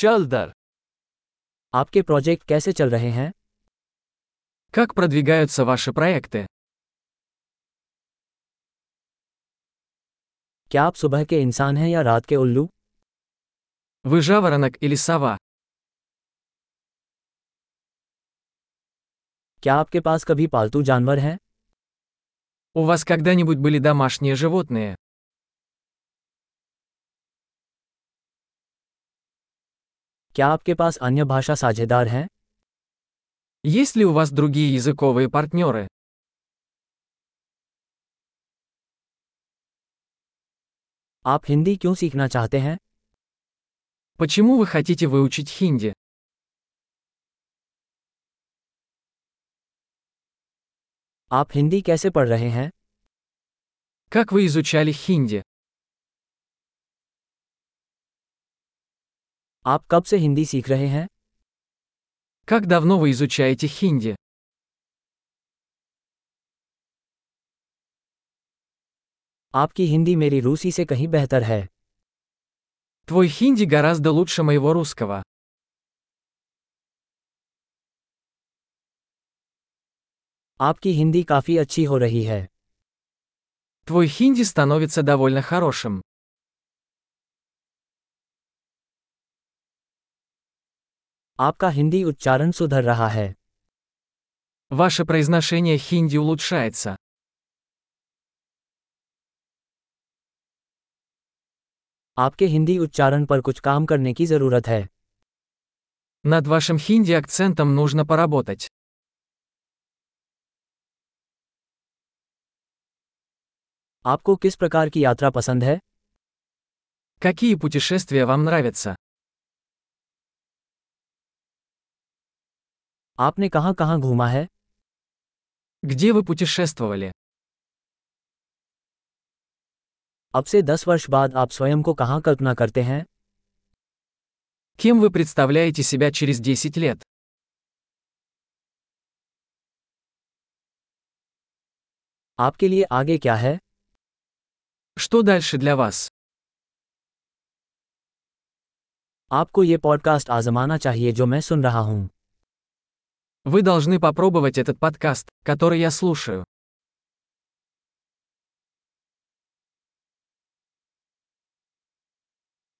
चल दर आपके प्रोजेक्ट कैसे चल रहे हैं Как продвигаются ваши проекты? क्या आप सुबह के इंसान हैं या रात के उल्लू Вы жаворонок или сова? क्या आपके पास कभी पालतू जानवर हैं У вас когда-нибудь были домашние животные? क्या आपके पास अन्य भाषा साझेदार हैं Есть ли у вас другие языковые партнеры? आप हिंदी क्यों सीखना चाहते हैं Почему вы хотите выучить хинди? आप हिंदी कैसे पढ़ रहे हैं Как вы изучали хинди? आप कब से हिंदी सीख रहे हैं Как давно вы изучаете хинди? आपकी हिंदी मेरी रूसी से कहीं बेहतर है Твой хинди гораздо лучше моего русского. आपकी हिंदी काफ़ी अच्छी हो रही है Твой хинди становится довольно хорошим. आपका हिंदी उच्चारण सुधर रहा है Ваше произношение хинди улучшается. आपके हिंदी उच्चारण पर कुछ काम करने की ज़रूरत है Над вашим хинди акцентом нужно поработать. आपको किस प्रकार की यात्रा पसंद है Какие путешествия вам нравятся? आपने कहाँ कहाँ घूमा है Где вы путешествовали? अब से दस वर्ष बाद आप स्वयं को कहाँ कल्पना करते हैं Кем вы представляете себя через 10 лет? आपके लिए आगे क्या है Что дальше для вас? आपको ये पॉडकास्ट आजमाना चाहिए जो मैं सुन रहा हूँ Вы должны попробовать этот подкаст, который я слушаю.